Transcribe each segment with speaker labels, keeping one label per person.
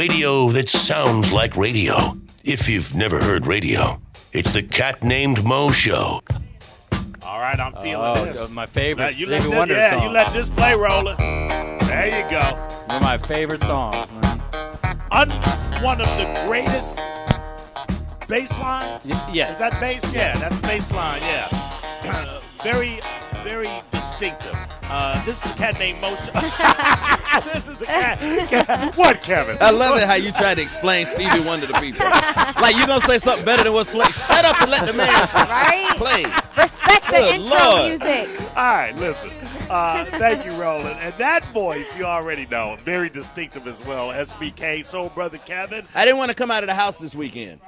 Speaker 1: Radio that sounds like radio. If you've never heard radio, it's the cat named Mo show.
Speaker 2: All right, I'm feeling
Speaker 3: Oh,
Speaker 2: this.
Speaker 3: uh, my favorite
Speaker 2: Now, you let
Speaker 3: Stevie
Speaker 2: this,
Speaker 3: Wonder
Speaker 2: yeah,
Speaker 3: song.
Speaker 2: you let this play rolling. There you go.
Speaker 3: One of my favorite songs. man.
Speaker 2: Un- one of the greatest bass lines.
Speaker 3: Y- yes.
Speaker 2: Is that bass? Yeah, that's the bass line. Yeah. Uh, very, very distinctive. Uh, this is a cat named Motion. this is a cat. cat- What, Kevin?
Speaker 4: I love it how you try to explain Stevie Wonder to people. Like you're gonna say something better than what's played. Shut up and let the man
Speaker 5: Right?
Speaker 4: play.
Speaker 5: Respect the
Speaker 4: Good
Speaker 5: intro
Speaker 4: Lord.
Speaker 5: music.
Speaker 2: All right, listen. Uh, thank you, Roland. And that voice, you already know, very distinctive as well. SBK, Soul Brother Kevin.
Speaker 4: I didn't want to come out of the house this weekend.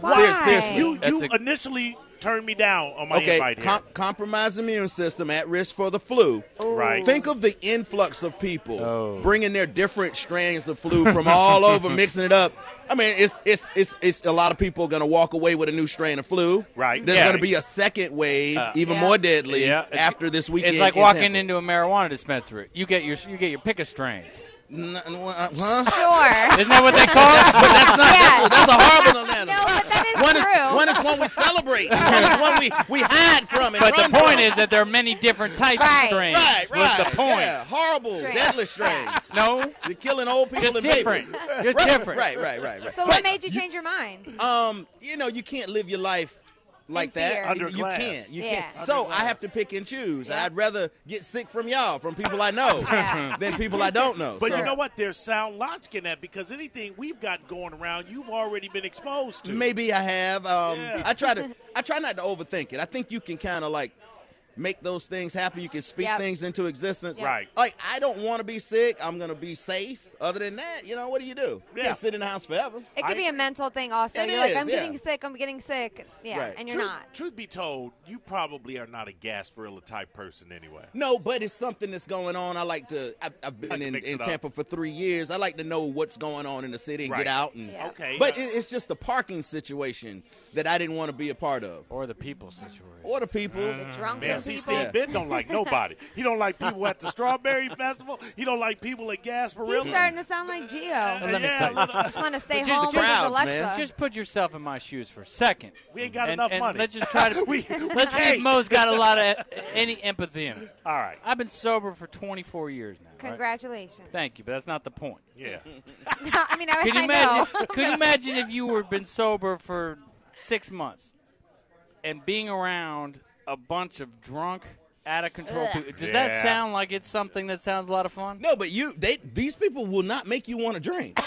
Speaker 5: Why?
Speaker 3: seriously.
Speaker 2: You,
Speaker 3: That's
Speaker 2: you
Speaker 3: a-
Speaker 2: initially turned me down on my
Speaker 4: Okay,
Speaker 2: invite here.
Speaker 4: com- compromised immune system at risk for the flu.
Speaker 2: right.
Speaker 4: Think of the influx of people
Speaker 3: Oh.
Speaker 4: bringing their different strands of flu from all over, mixing it up. I mean, it's it's it's it's a lot of people going to walk away with a new strain of flu.
Speaker 2: Right.
Speaker 4: There's
Speaker 2: Yeah.
Speaker 4: going to be a second wave, even
Speaker 5: Yeah.
Speaker 4: more deadly
Speaker 3: Yeah, it's-
Speaker 4: after this weekend.
Speaker 3: It's like
Speaker 4: in
Speaker 3: walking
Speaker 4: Tampa.
Speaker 3: into a marijuana dispensary. You get your you get your pick of strains.
Speaker 4: N- n- uh, huh?
Speaker 5: Sure.
Speaker 3: Isn't that what they call it?
Speaker 4: That's not
Speaker 5: Yeah.
Speaker 4: that's a horrible analogy.
Speaker 5: No, but that is
Speaker 4: One is,
Speaker 5: true.
Speaker 4: one is one we celebrate. one is one we, we hide from. And
Speaker 3: But
Speaker 4: run
Speaker 3: the point
Speaker 4: from.
Speaker 3: is that there are many different types
Speaker 5: Right.
Speaker 3: of strains.
Speaker 4: right, right.
Speaker 3: Was the point?
Speaker 4: Yeah, horrible,
Speaker 5: Strains.
Speaker 4: deadly strains.
Speaker 3: No,
Speaker 4: You're killing old people
Speaker 3: just
Speaker 4: and
Speaker 3: different.
Speaker 4: babies.
Speaker 3: Just
Speaker 4: Right,
Speaker 3: different.
Speaker 4: right, right, right, right.
Speaker 5: So
Speaker 4: But
Speaker 5: what made you change your mind?
Speaker 4: um, you know, you can't live your life like
Speaker 5: In
Speaker 4: that.
Speaker 5: fear.
Speaker 2: Under
Speaker 4: you
Speaker 2: glass.
Speaker 4: can't. You
Speaker 5: Yeah.
Speaker 4: can't. So I have to pick and choose, and
Speaker 5: Yeah.
Speaker 4: I'd rather get sick from y'all, from people I know,
Speaker 5: Yeah.
Speaker 4: than people I don't know.
Speaker 2: But
Speaker 4: So-
Speaker 2: you know what? There's sound logic in that because anything we've got going around, you've already been exposed to.
Speaker 4: Maybe I have. Um,
Speaker 2: Yeah.
Speaker 4: I try to. I try not to overthink it. I think you can kind of like make those things happen. You can speak
Speaker 5: Yep.
Speaker 4: things into existence.
Speaker 5: Yep. Right.
Speaker 4: Like I don't want to be sick. I'm gonna be safe. Other than that, you know, what do you do? You
Speaker 2: Yeah.
Speaker 4: can't sit in the house forever.
Speaker 5: It could
Speaker 2: I-
Speaker 5: be a mental thing also.
Speaker 4: It
Speaker 5: You're like,
Speaker 4: is,
Speaker 5: I'm
Speaker 4: yeah.
Speaker 5: getting sick, I'm getting sick. Yeah,
Speaker 4: Right.
Speaker 5: and you're
Speaker 2: truth,
Speaker 5: not.
Speaker 2: Truth be told, you probably are not a Gasparilla type person anyway.
Speaker 4: No, but it's something that's going on. I like to. I, I've been
Speaker 2: Like to
Speaker 4: in,
Speaker 2: mix
Speaker 4: in
Speaker 2: it up.
Speaker 4: Tampa for three years. I like to know what's going on in the city and
Speaker 2: Right.
Speaker 4: get out and.
Speaker 5: Yeah.
Speaker 2: Okay.
Speaker 4: But
Speaker 2: uh,
Speaker 4: it, it's just the parking situation that I didn't want to be a part of,
Speaker 3: Or the people situation.
Speaker 4: or the people.
Speaker 6: Mm,
Speaker 5: The drunken
Speaker 2: man, see,
Speaker 5: people.
Speaker 2: Steve Ben don't like nobody. He don't like people at the Strawberry Festival. He don't like people at Gasparilla.
Speaker 5: He's starting to sound like Geo.
Speaker 3: Let me
Speaker 2: yeah,
Speaker 3: tell you.
Speaker 2: let-
Speaker 5: just want to stay
Speaker 3: But just-
Speaker 5: home
Speaker 3: but
Speaker 5: with his
Speaker 4: crowds,
Speaker 5: Alexa.
Speaker 4: man.
Speaker 3: Just put yourself in my shoes for a second.
Speaker 2: Uh, We ain't got
Speaker 3: And-
Speaker 2: enough
Speaker 3: and
Speaker 2: money.
Speaker 3: Let's just try to.
Speaker 2: We-
Speaker 3: let's see
Speaker 2: Hey.
Speaker 3: if Mo's got a lot of any empathy in him.
Speaker 2: All right.
Speaker 3: I've been sober for 24 years now. right?
Speaker 5: Congratulations.
Speaker 3: Thank you, but that's not the point.
Speaker 2: Yeah.
Speaker 5: I mean, I,
Speaker 3: Could you
Speaker 5: I know.
Speaker 3: imagine? could you imagine if you were been sober for six months and being around a bunch of drunk, out of control
Speaker 5: Ugh.
Speaker 3: people? Does
Speaker 2: Yeah.
Speaker 3: that sound like it's something that sounds a lot of fun?
Speaker 4: No, but you they these people will not make you want to drink.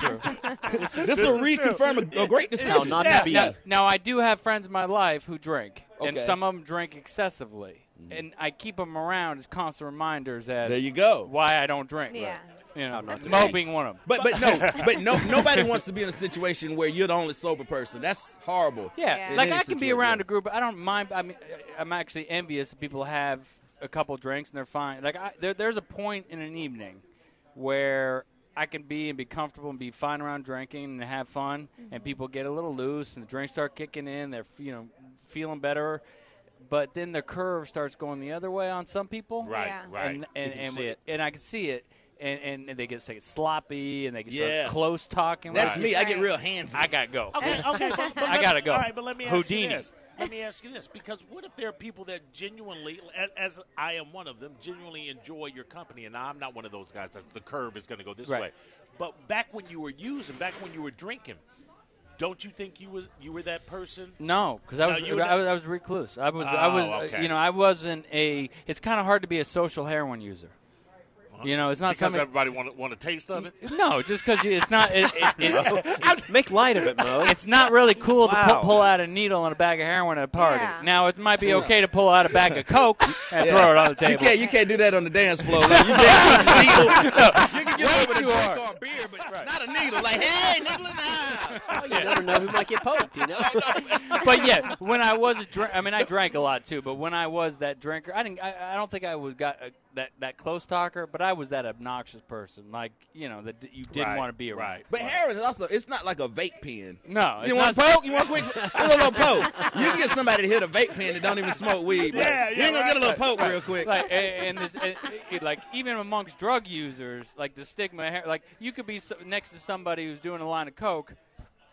Speaker 4: this is true. this will
Speaker 2: This is true.
Speaker 4: reconfirm a, a great decision.
Speaker 6: How not
Speaker 2: Yeah,
Speaker 6: to be.
Speaker 4: yeah.
Speaker 3: Now I do have friends in my life who drink, and
Speaker 4: Okay. Mm.
Speaker 3: some of them drink excessively, and I keep them around as constant reminders as
Speaker 4: There you go.
Speaker 3: why I don't drink.
Speaker 5: Yeah.
Speaker 3: You know,
Speaker 6: not to
Speaker 3: Mo
Speaker 6: drink.
Speaker 3: being one of them.
Speaker 4: But but no, but no nobody wants to be in a situation where you're the only sober person. That's horrible.
Speaker 3: Yeah,
Speaker 5: Yeah.
Speaker 3: like
Speaker 4: In any
Speaker 3: I can be
Speaker 4: situation,
Speaker 3: around
Speaker 4: yeah.
Speaker 3: a group. I don't mind. I mean, I'm actually envious of people who have a couple drinks and they're fine. Like I, there, there's a point in an evening where I can be and be comfortable and be fine around drinking and have fun, and people get a little loose and the drinks start kicking in. They're you know feeling better, but then the curve starts going the other way on some people.
Speaker 2: Right.
Speaker 5: Yeah.
Speaker 2: Right.
Speaker 3: And and
Speaker 6: can
Speaker 3: and,
Speaker 6: see it.
Speaker 3: and I can see it. And, and, and they get say sloppy and they get start
Speaker 4: Yeah.
Speaker 3: close talking.
Speaker 4: That's
Speaker 3: Right.
Speaker 4: me. I get
Speaker 5: Right.
Speaker 4: real handsy.
Speaker 3: I gotta go.
Speaker 2: Okay, okay. But, but
Speaker 3: I
Speaker 2: let
Speaker 3: gotta
Speaker 2: me-
Speaker 3: go.
Speaker 2: All right, but let me ask you
Speaker 3: Houdini.
Speaker 2: this. Let me ask you this, because what if there are people that genuinely, as, as I am one of them, genuinely enjoy your company, and I'm not one of those guys that the curve is going to go this
Speaker 3: Right.
Speaker 2: way. But back when you were using, back when you were drinking, don't you think you was you were that person?
Speaker 3: No, because I
Speaker 2: No,
Speaker 3: was,
Speaker 2: you
Speaker 3: I
Speaker 2: ne-
Speaker 3: was I was recluse. I was I
Speaker 2: Oh,
Speaker 3: was uh,
Speaker 2: okay.
Speaker 3: you know I wasn't a. It's kind of hard to be a social heroin user. You know, it's not
Speaker 2: Because
Speaker 3: something.
Speaker 2: everybody want want a taste of it.
Speaker 3: No, just because it's not. It, it, it,
Speaker 6: Make light of it, Mo.
Speaker 3: it's not really cool to
Speaker 6: Wow.
Speaker 3: pu- pull out a needle and a bag of heroin at a party.
Speaker 5: Yeah.
Speaker 3: Now it might be okay to pull out a bag of coke and throw it on the
Speaker 4: you
Speaker 3: table.
Speaker 4: can't you can't do that on the dance floor. Like, you can't get a needle. You can get over
Speaker 3: too
Speaker 4: the drink
Speaker 3: hard.
Speaker 4: or a beer, but not a needle. Like, hey, nigga, nah.
Speaker 6: you never know who might get poked, you know?
Speaker 3: but yeah, when I was a drink, I mean, I drank a lot too. But when I was that drinker, I didn't. I, I don't think I was got uh, that, that close talker, but I was that obnoxious person, like you know that d- you didn't
Speaker 2: Right,
Speaker 3: want to be around.
Speaker 2: right.
Speaker 4: But Harris is also, it's not like a vape pen.
Speaker 3: No, it's
Speaker 4: You want
Speaker 3: not-
Speaker 4: poke? You want quick? A little poke. You can get somebody to hit a vape pen that don't even smoke weed. but
Speaker 2: Yeah,
Speaker 4: you
Speaker 2: yeah,
Speaker 4: ain't gonna get a little
Speaker 2: right,
Speaker 4: poke real quick.
Speaker 3: like and, and this, and it- like even amongst drug users, like the stigma, like you could be so, next to somebody who's doing a line of coke,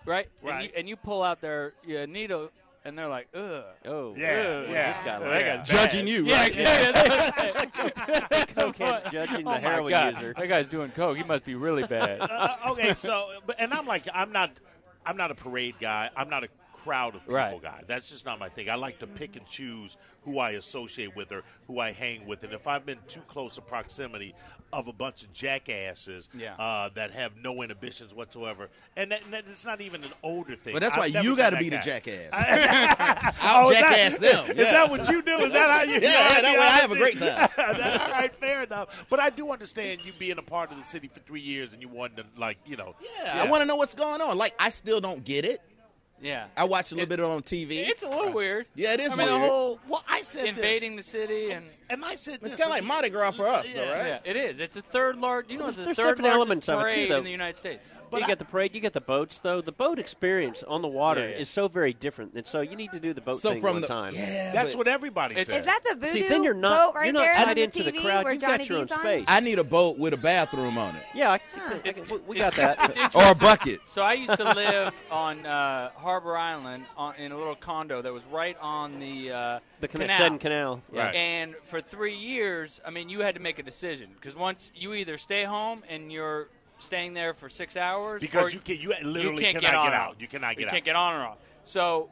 Speaker 3: right? And you,
Speaker 2: Right.
Speaker 3: and you pull out their yeah, needle, and they're like, ugh,
Speaker 6: Oh,
Speaker 2: Yeah,
Speaker 3: Ew,
Speaker 2: yeah.
Speaker 6: this guy
Speaker 2: They
Speaker 6: like-
Speaker 2: got
Speaker 4: Judging
Speaker 2: bad.
Speaker 4: you,
Speaker 3: yeah,
Speaker 4: right?
Speaker 3: yeah, that's what I'm saying.
Speaker 6: Cokehead's judging the
Speaker 3: oh my
Speaker 6: heroin
Speaker 3: god,
Speaker 6: user.
Speaker 3: that guy's doing coke. He must be really bad.
Speaker 2: Uh, okay, so but, and I'm like I'm not I'm not a parade guy. I'm not a crowd of people
Speaker 3: Right.
Speaker 2: guy. That's just not my thing. I like to pick and choose who I associate with or who I hang with. And if I've been too close a proximity of a bunch of jackasses
Speaker 3: Yeah.
Speaker 2: uh, that have no inhibitions whatsoever, and, that, and that- it's not even an older thing.
Speaker 4: But that's why
Speaker 2: I've never
Speaker 4: you
Speaker 2: been
Speaker 4: got to
Speaker 2: that
Speaker 4: be the
Speaker 2: guy.
Speaker 4: jackass.
Speaker 2: Oh,
Speaker 4: I'll
Speaker 2: is that-
Speaker 4: jackass them.
Speaker 2: Is
Speaker 4: yeah.
Speaker 2: that what you do? Is that how you?
Speaker 4: Yeah, yeah, that way I have a great time.
Speaker 2: That's all right, fair enough. But I do understand you being a part of the city for three years and you wanted to, like, you know.
Speaker 4: Yeah, I want to know what's going on. Like, I still don't get it.
Speaker 3: Yeah,
Speaker 4: I watch a little bit on TV.
Speaker 3: it's a little weird.
Speaker 4: yeah, it is
Speaker 3: I mean,
Speaker 4: weird.
Speaker 3: the whole
Speaker 2: Well, I said
Speaker 3: invading the city and.
Speaker 2: This, and I said this.
Speaker 4: it's kind of like Mardi Gras for us, though, right?
Speaker 3: Yeah, it is. It's the third large. You know, it's the
Speaker 6: There's
Speaker 3: third
Speaker 6: different
Speaker 3: largest
Speaker 6: elements of it, too,
Speaker 3: parade
Speaker 6: though.
Speaker 3: in the United States.
Speaker 6: you get the parade, you get the boats, though. The boat experience on the water
Speaker 3: Yeah, yeah.
Speaker 6: is so very different, and so you need to do the boat
Speaker 4: So
Speaker 6: thing
Speaker 4: from
Speaker 6: one
Speaker 4: the
Speaker 6: time.
Speaker 4: yeah,
Speaker 2: That's
Speaker 4: but
Speaker 2: what everybody
Speaker 3: It's-
Speaker 2: says.
Speaker 5: Is that the voodoo
Speaker 6: See, then you're not-
Speaker 5: boat right
Speaker 6: you're not
Speaker 5: there
Speaker 6: tied
Speaker 5: on the
Speaker 6: into the
Speaker 5: TV
Speaker 6: crowd.
Speaker 5: where
Speaker 6: You've got
Speaker 5: Johnny
Speaker 6: your own
Speaker 5: B's on?
Speaker 6: space.
Speaker 4: I need a boat with a bathroom on it.
Speaker 6: Yeah, I think I
Speaker 3: Huh.
Speaker 6: can- we- we got that.
Speaker 3: It's
Speaker 4: Or a
Speaker 3: interesting.
Speaker 4: bucket.
Speaker 3: So I used to live on uh, Harbor Island on, in a little condo that was right on the uh,
Speaker 6: the Can-
Speaker 3: canal.
Speaker 6: Sedan Canal. Yeah.
Speaker 2: Right.
Speaker 3: And for three years, I mean, you had to make a decision because once you either stay home and you're staying there for six hours, or
Speaker 2: because you can you literally
Speaker 3: you can't
Speaker 2: cannot
Speaker 3: get, on
Speaker 2: get
Speaker 3: or
Speaker 2: out. You cannot get
Speaker 3: you
Speaker 2: out.
Speaker 3: can't get on or off. So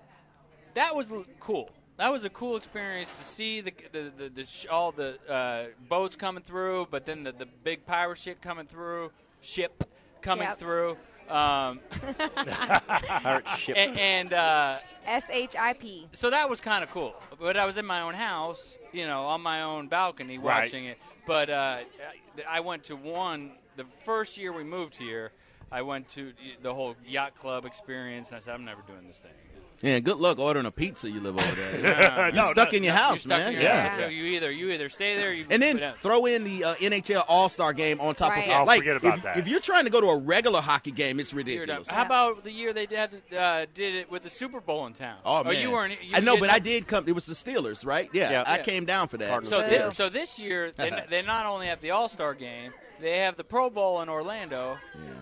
Speaker 3: that was l- cool. That was a cool experience to see the the, the, the sh- all the uh, boats coming through, but then the, the big pirate ship coming through, ship coming
Speaker 5: Yep.
Speaker 3: through, um,
Speaker 6: Pirate ship.
Speaker 3: and, and uh,
Speaker 5: S H I P.
Speaker 3: so that was kind of cool. But I was in my own house, you know, on my own balcony
Speaker 2: Right.
Speaker 3: watching it. But uh, I I went to one the first year we moved here. I went to the whole yacht club experience, and I said, "I'm never doing this thing."
Speaker 4: Yeah, good luck ordering a pizza. You live over there.
Speaker 2: Uh,
Speaker 4: You're
Speaker 2: no,
Speaker 4: stuck
Speaker 2: no,
Speaker 4: in your
Speaker 2: no.
Speaker 3: You're
Speaker 4: house,
Speaker 3: stuck
Speaker 4: man.
Speaker 3: in your
Speaker 4: yeah.
Speaker 3: house. So you either you either stay there, or you
Speaker 4: And
Speaker 3: Yeah.
Speaker 4: then throw in the uh, NHL All Star Game on top of
Speaker 5: Right. Oh,
Speaker 4: it. Like,
Speaker 2: forget about
Speaker 4: if,
Speaker 2: that.
Speaker 4: if you're trying to go to a regular hockey game, it's
Speaker 3: You're done.
Speaker 4: ridiculous.
Speaker 3: How about the year they did, uh, did it with the Super Bowl in town?
Speaker 4: Oh man,
Speaker 3: you weren't. You
Speaker 4: I know,
Speaker 3: didn't-
Speaker 4: but I did come. It was the Steelers, right? Yeah,
Speaker 6: Yeah.
Speaker 4: I
Speaker 3: Yeah.
Speaker 4: came down for that.
Speaker 6: Cardinals.
Speaker 3: So, thi-
Speaker 5: Yeah.
Speaker 3: so this year they, they not only have the All Star Game, they have the Pro Bowl in Orlando,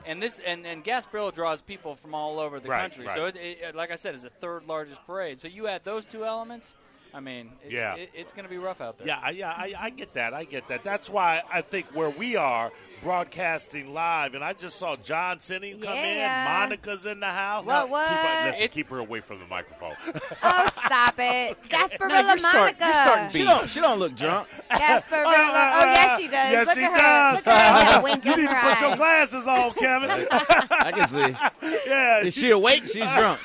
Speaker 3: and this and and Gasparilla draws people from all over the
Speaker 2: Right,
Speaker 3: country.
Speaker 2: right.
Speaker 3: So it, it, like I said, it's the third largest parade. So you add those two elements. I mean, it,
Speaker 2: Yeah.
Speaker 3: it, it's going to be rough out there.
Speaker 2: Yeah, I- yeah, I, I get that. I get that. That's why I think where we are broadcasting live, and I just saw John Sinning come
Speaker 5: Yeah.
Speaker 2: in. Monica's in the house.
Speaker 5: What,
Speaker 2: Keep her,
Speaker 5: what?
Speaker 2: listen,
Speaker 3: It-
Speaker 2: keep her away from the microphone.
Speaker 5: Oh, stop it. Gasparilla
Speaker 6: No, you're
Speaker 5: Monica.
Speaker 6: starting- you're starting
Speaker 4: She don't. She don't look drunk.
Speaker 5: Gasparilla.
Speaker 2: Uh,
Speaker 5: Oh, yes, she does.
Speaker 2: Yes,
Speaker 5: Look
Speaker 2: she
Speaker 5: at her.
Speaker 2: does.
Speaker 5: Look at her. with that wink
Speaker 2: you
Speaker 5: in
Speaker 2: need
Speaker 5: her
Speaker 2: to put your
Speaker 5: eye.
Speaker 2: glasses on, Kevin.
Speaker 4: I can see.
Speaker 2: yeah,
Speaker 4: Is she awake? She's drunk.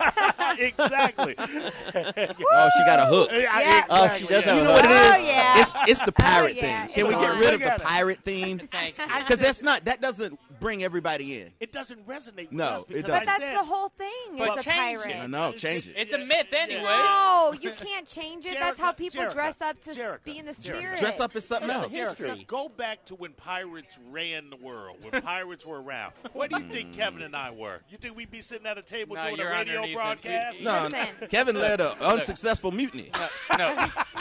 Speaker 2: exactly.
Speaker 4: Oh, she got a hook. You
Speaker 2: Yeah,
Speaker 5: Yeah.
Speaker 6: Oh,
Speaker 3: Uh,
Speaker 6: she does have a
Speaker 4: know what it is?
Speaker 5: Oh, yeah.
Speaker 4: It's it's the pirate
Speaker 5: yeah.
Speaker 4: thing. Can we
Speaker 5: It's
Speaker 4: get
Speaker 5: on.
Speaker 4: rid of
Speaker 2: Look at
Speaker 4: the
Speaker 2: it.
Speaker 4: pirate theme?
Speaker 3: Thank you.
Speaker 4: Because that's not. That doesn't bring everybody in.
Speaker 2: It doesn't resonate with
Speaker 4: No,
Speaker 2: us
Speaker 4: it
Speaker 2: because
Speaker 4: doesn't.
Speaker 5: But
Speaker 2: I
Speaker 5: that's
Speaker 2: said,
Speaker 5: the whole thing.
Speaker 3: But
Speaker 5: Is a
Speaker 3: change it.
Speaker 5: pirate.
Speaker 4: No, no, change it.
Speaker 3: It's a myth anyway.
Speaker 5: No, you can't change it. That's how
Speaker 2: Jerica,
Speaker 5: people
Speaker 2: Jerica,
Speaker 5: dress up to s-
Speaker 2: Jerica,
Speaker 5: be in the
Speaker 2: Jerica.
Speaker 5: spirit.
Speaker 4: Dress up as something else.
Speaker 6: History.
Speaker 2: Go back to when pirates ran the world, when pirates were around. What do you
Speaker 4: Mm.
Speaker 2: think Kevin and I were? You think we'd be sitting at a table
Speaker 3: No,
Speaker 2: doing a
Speaker 3: you're underneath
Speaker 2: radio
Speaker 3: him.
Speaker 2: broadcast?
Speaker 3: You-
Speaker 4: No,
Speaker 5: Listen.
Speaker 4: Kevin led an unsuccessful mutiny.
Speaker 3: no,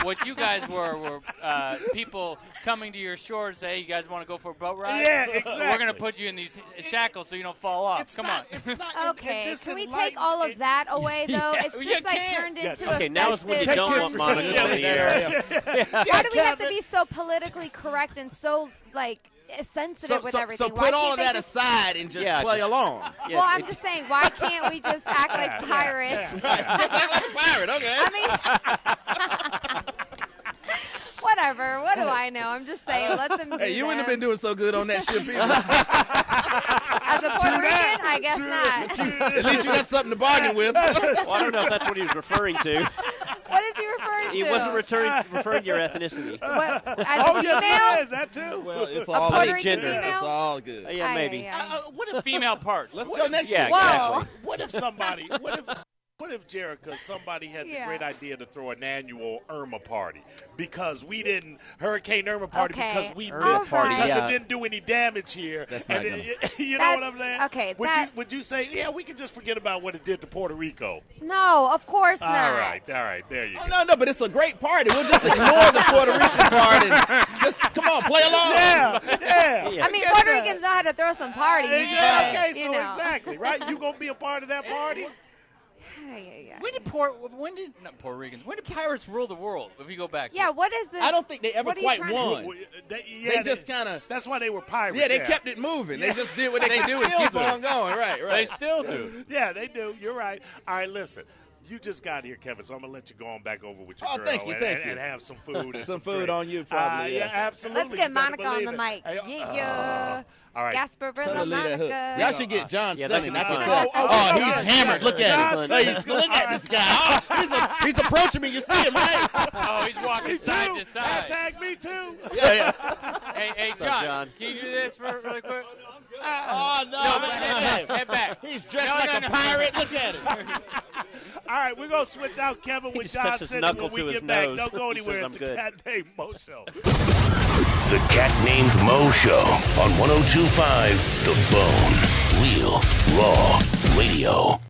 Speaker 3: what you guys were were uh, people coming to your shore and say, "Hey, you guys want to go for a boat ride?
Speaker 2: Yeah,
Speaker 3: We're going
Speaker 2: exactly.
Speaker 3: to put you in these shackles so you don't fall off.
Speaker 2: It's
Speaker 3: Come
Speaker 2: not-
Speaker 3: on."
Speaker 2: it's not- and- and
Speaker 5: Okay,
Speaker 2: this
Speaker 5: can we
Speaker 2: enlightened-
Speaker 5: take all of that away though?
Speaker 3: Yeah.
Speaker 5: It's
Speaker 3: You
Speaker 5: just like
Speaker 3: can't.
Speaker 5: turned
Speaker 2: Yeah.
Speaker 5: into a
Speaker 6: Okay, now is when you
Speaker 5: festive
Speaker 6: don't want
Speaker 5: thing.
Speaker 6: Monica on the
Speaker 2: Yeah.
Speaker 6: air.
Speaker 5: Why do we have to be so politically correct and so like sensitive
Speaker 4: So,
Speaker 5: with
Speaker 4: so,
Speaker 5: everything?
Speaker 4: so
Speaker 5: Why
Speaker 4: put all
Speaker 5: can't
Speaker 4: of
Speaker 5: they
Speaker 4: that
Speaker 5: just
Speaker 4: aside and just
Speaker 6: Yeah,
Speaker 4: play
Speaker 6: just-
Speaker 4: along.
Speaker 6: Yeah,
Speaker 5: well, I'm
Speaker 6: it-
Speaker 5: just saying, why can't we just act like pirates?
Speaker 4: pirate, okay.
Speaker 5: I mean, whatever. What do I know? I'm just saying, let them. Do
Speaker 4: Hey, you wouldn't have
Speaker 5: them.
Speaker 4: been doing so good on that ship either.
Speaker 5: As a Puerto Rican, I guess not.
Speaker 4: At least you got something to bargain with.
Speaker 6: well, I don't know if that's what he was referring to.
Speaker 5: What is he referring
Speaker 6: He
Speaker 5: to?
Speaker 6: wasn't returning, referring to your ethnicity.
Speaker 5: What, as
Speaker 2: Oh,
Speaker 5: a
Speaker 2: yes, it
Speaker 5: female?
Speaker 2: is. That too.
Speaker 4: well, it's
Speaker 5: A
Speaker 4: all
Speaker 5: Puerto
Speaker 4: good.
Speaker 5: Rican
Speaker 6: gender.
Speaker 4: It's
Speaker 5: female?
Speaker 4: all good.
Speaker 6: Uh, yeah,
Speaker 5: Ay,
Speaker 6: maybe.
Speaker 5: ay, ay.
Speaker 3: Uh, what if female parts?
Speaker 4: Let's go next
Speaker 6: Yeah,
Speaker 4: year.
Speaker 5: Whoa.
Speaker 6: exactly.
Speaker 2: What if somebody? What if What if Jerica, somebody had
Speaker 7: Yeah.
Speaker 2: the great idea to throw an annual Irma party because we didn't Hurricane Irma party
Speaker 5: Okay.
Speaker 2: because we
Speaker 5: Irma
Speaker 2: missed-
Speaker 5: party,
Speaker 2: because
Speaker 6: yeah.
Speaker 2: it didn't do any damage here.
Speaker 4: That's
Speaker 2: and
Speaker 4: not
Speaker 2: it- you know what I'm
Speaker 5: That's-
Speaker 2: saying?
Speaker 5: okay,
Speaker 2: Would
Speaker 5: that-
Speaker 2: you would you say yeah? We can just forget about what it did to Puerto Rico.
Speaker 5: No, of course
Speaker 2: All
Speaker 5: not.
Speaker 2: right, all right, there you go.
Speaker 4: Oh, no, no, but it's a great party. We'll just ignore the Puerto Rican part and just come on, play along.
Speaker 2: Yeah, yeah.
Speaker 5: I mean, Puerto Ricans know how to throw some parties.
Speaker 2: Yeah,
Speaker 5: but,
Speaker 2: okay, so
Speaker 5: you know.
Speaker 2: exactly, right? You gonna be a part of that party?
Speaker 5: Yeah, yeah, yeah.
Speaker 3: When did Port? When did not Puerto Ricans? When did pirates rule the world? If you go back,
Speaker 5: Yeah, what is this?
Speaker 4: I don't think they ever
Speaker 5: what are you
Speaker 4: quite
Speaker 5: trying to-
Speaker 4: won.
Speaker 2: Well, They, yeah,
Speaker 4: just kinda-
Speaker 2: That's why they were pirates.
Speaker 4: Yeah, they kept it moving. They just did what they,
Speaker 3: They
Speaker 4: could do and
Speaker 3: still
Speaker 4: keep
Speaker 3: do.
Speaker 4: on going. Right,
Speaker 3: they
Speaker 4: right.
Speaker 3: still do.
Speaker 2: Yeah, they do. You're right. All right, listen. You just got here, Kevin, so I'm gonna let you go on back over with your
Speaker 4: Oh,
Speaker 2: girl
Speaker 4: thank you,
Speaker 2: and,
Speaker 4: thank
Speaker 2: and,
Speaker 4: you.
Speaker 2: and have some food, and some,
Speaker 4: Some food
Speaker 2: drink.
Speaker 4: on you, probably,
Speaker 2: Uh,
Speaker 4: yeah.
Speaker 2: yeah. absolutely.
Speaker 5: Let's get
Speaker 2: You better
Speaker 5: Monica on the
Speaker 2: believe
Speaker 5: mic.
Speaker 2: it. Hey,
Speaker 5: yeah,
Speaker 2: uh,
Speaker 5: yeah.
Speaker 2: all right.
Speaker 5: Gasper Villa
Speaker 4: Tell her to leave that hook.
Speaker 5: Monica.
Speaker 4: Y'all should get John
Speaker 6: Yeah,
Speaker 4: Sutton. I
Speaker 6: that's
Speaker 4: can
Speaker 6: not-
Speaker 4: tell.
Speaker 2: Oh, oh,
Speaker 4: Oh,
Speaker 2: John
Speaker 4: he's hammered. Look at him.
Speaker 6: John
Speaker 4: Hey, he's- Look at this guy. Oh, he's, a- he's approaching me. You see him, right?
Speaker 3: Oh, he's walking
Speaker 2: Me
Speaker 3: side to
Speaker 2: too.
Speaker 3: side.
Speaker 2: Hashtag me too.
Speaker 4: Yeah, yeah.
Speaker 3: Hey, hey,
Speaker 6: up,
Speaker 3: John,
Speaker 6: John?
Speaker 3: can you do this for really quick?
Speaker 4: Oh,
Speaker 3: No,
Speaker 4: no. look
Speaker 3: but
Speaker 4: at
Speaker 3: head
Speaker 4: him.
Speaker 3: back. Head back.
Speaker 4: He's dressed
Speaker 3: No,
Speaker 4: like
Speaker 3: no, no.
Speaker 4: a pirate. Look at him.
Speaker 2: All right, we're gonna switch out Kevin with
Speaker 6: just
Speaker 2: John
Speaker 6: touched his
Speaker 2: Sitton
Speaker 6: knuckle
Speaker 2: when we
Speaker 6: to his
Speaker 2: get back.
Speaker 6: nose.
Speaker 2: Don't go
Speaker 6: He says,
Speaker 2: anywhere.
Speaker 6: "I'm
Speaker 2: it's the
Speaker 6: good."
Speaker 2: Cat Named Mo Show.
Speaker 1: The Cat oh Named Mo Show on 1025 The Bone. Real, raw,